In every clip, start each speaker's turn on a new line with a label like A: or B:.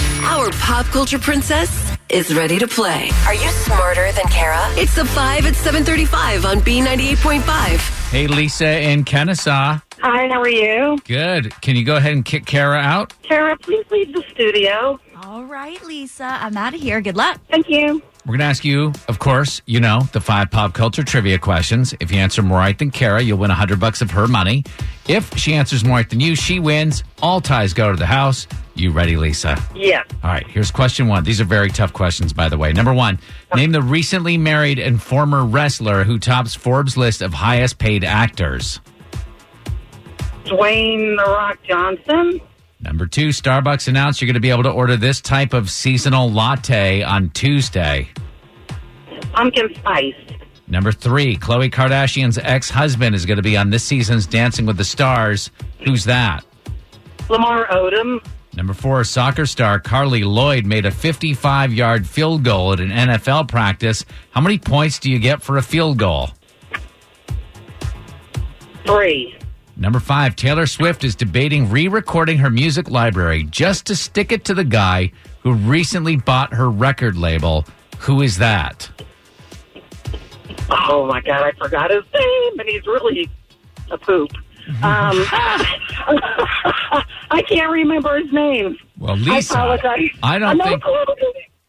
A: Our pop culture princess is ready to play.
B: Are you smarter than Kara?
A: It's the 5 at 735 on B98.5.
C: Hey, Lisa in Kennesaw.
D: Hi, how are you?
C: Good. Can you go ahead and kick Kara out?
D: Tara, please leave the studio.
E: All right, Lisa, I'm out of here. Good luck.
D: Thank you.
C: We're going to ask you, of course, you know, the five pop culture trivia questions. If you answer more right than Kara, you'll win 100 bucks of her money. If she answers more right than you, she wins. All ties go to the house. You ready, Lisa?
D: Yeah.
C: All right, here's question one. These are very tough questions, by the way. Number one, name the recently married and former wrestler who tops Forbes' list of highest paid actors.
D: Dwayne The Rock Johnson.
C: Number two, Starbucks announced you're going to be able to order this type of seasonal latte on Tuesday.
D: Pumpkin Spice.
C: Number three, Khloe Kardashian's ex husband is going to be on this season's Dancing with the Stars. Who's that?
D: Lamar Odom.
C: Number four, soccer star Carly Lloyd made a 55 yard field goal at an NFL practice. How many points do you get for a field goal?
D: Three.
C: Number five, Taylor Swift is debating re recording her music library just to stick it to the guy who recently bought her record label. Who is that?
D: Oh my God, I forgot his name, and he's really a poop. Um, I can't remember his name.
C: Well, Lisa.
D: I apologize.
C: I don't
D: no
C: think-
D: clue.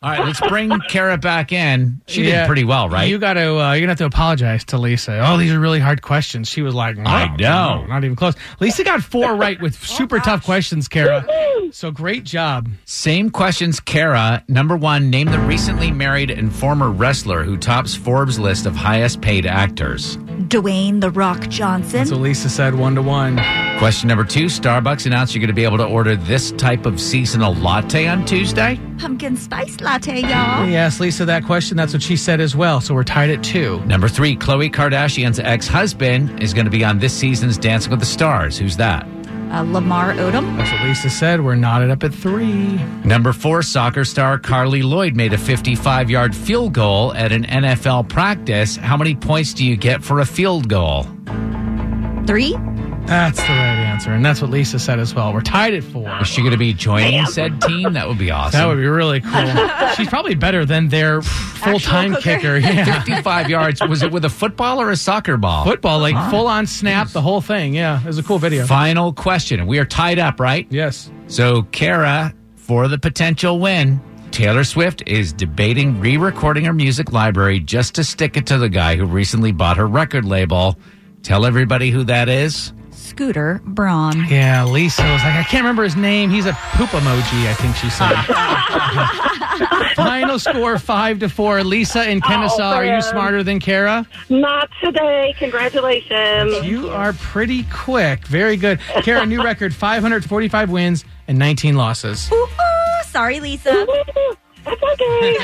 C: All right, let's bring Kara back in. She
F: Yeah.
C: did pretty well, right?
F: You got to uh, you're gonna have to apologize to Lisa. Oh, these are really hard questions. She was like, no,
C: I know.
F: no, not even close. Lisa got four right with super tough questions, Kara. So great job.
C: Same questions, Kara. Number one, name the recently married and former wrestler who tops Forbes' list of highest paid actors.
E: Dwayne The Rock Johnson.
F: So Lisa said one to one.
C: Question number two Starbucks announced you're going to be able to order this type of seasonal latte on Tuesday.
E: Pumpkin spice latte, y'all.
F: We asked Lisa that question. That's what she said as well. So we're tied at two.
C: Number three, Khloe Kardashian's ex husband is going to be on this season's Dancing with the Stars. Who's that?
E: Uh, Lamar Odom.
F: That's what Lisa said. We're knotted up at three.
C: Number four, soccer star Carly Lloyd made a 55 yard field goal at an NFL practice. How many points do you get for a field goal?
E: Three.
F: That's the right answer, and that's what Lisa said as well. We're tied at four.
C: Is she going to be joining said team? That would be awesome.
F: That would be really cool. She's probably better than their full time
E: cooker.
F: kicker. Yeah.
C: 55 yards. Was it with a football or a soccer ball?
F: Football, like full on snap, the whole thing. Yeah, it was a cool video.
C: Final question. We are tied up, right?
F: Yes.
C: So, Kara, for the potential win, Taylor Swift is debating re recording her music library just to stick it to the guy who recently bought her record label. Tell everybody who that is.
E: Scooter Braun.
F: Yeah, Lisa was like, I can't remember his name. He's a poop emoji, I think she said. Final score five to four. Lisa and Kennesaw, are you
D: man.
F: smarter than Kara?
D: Not today. Congratulations.
F: You are pretty quick. Very good. Kara, new record 545 wins and 19 losses.
E: Ooh, ooh, sorry, Lisa.
D: That's okay.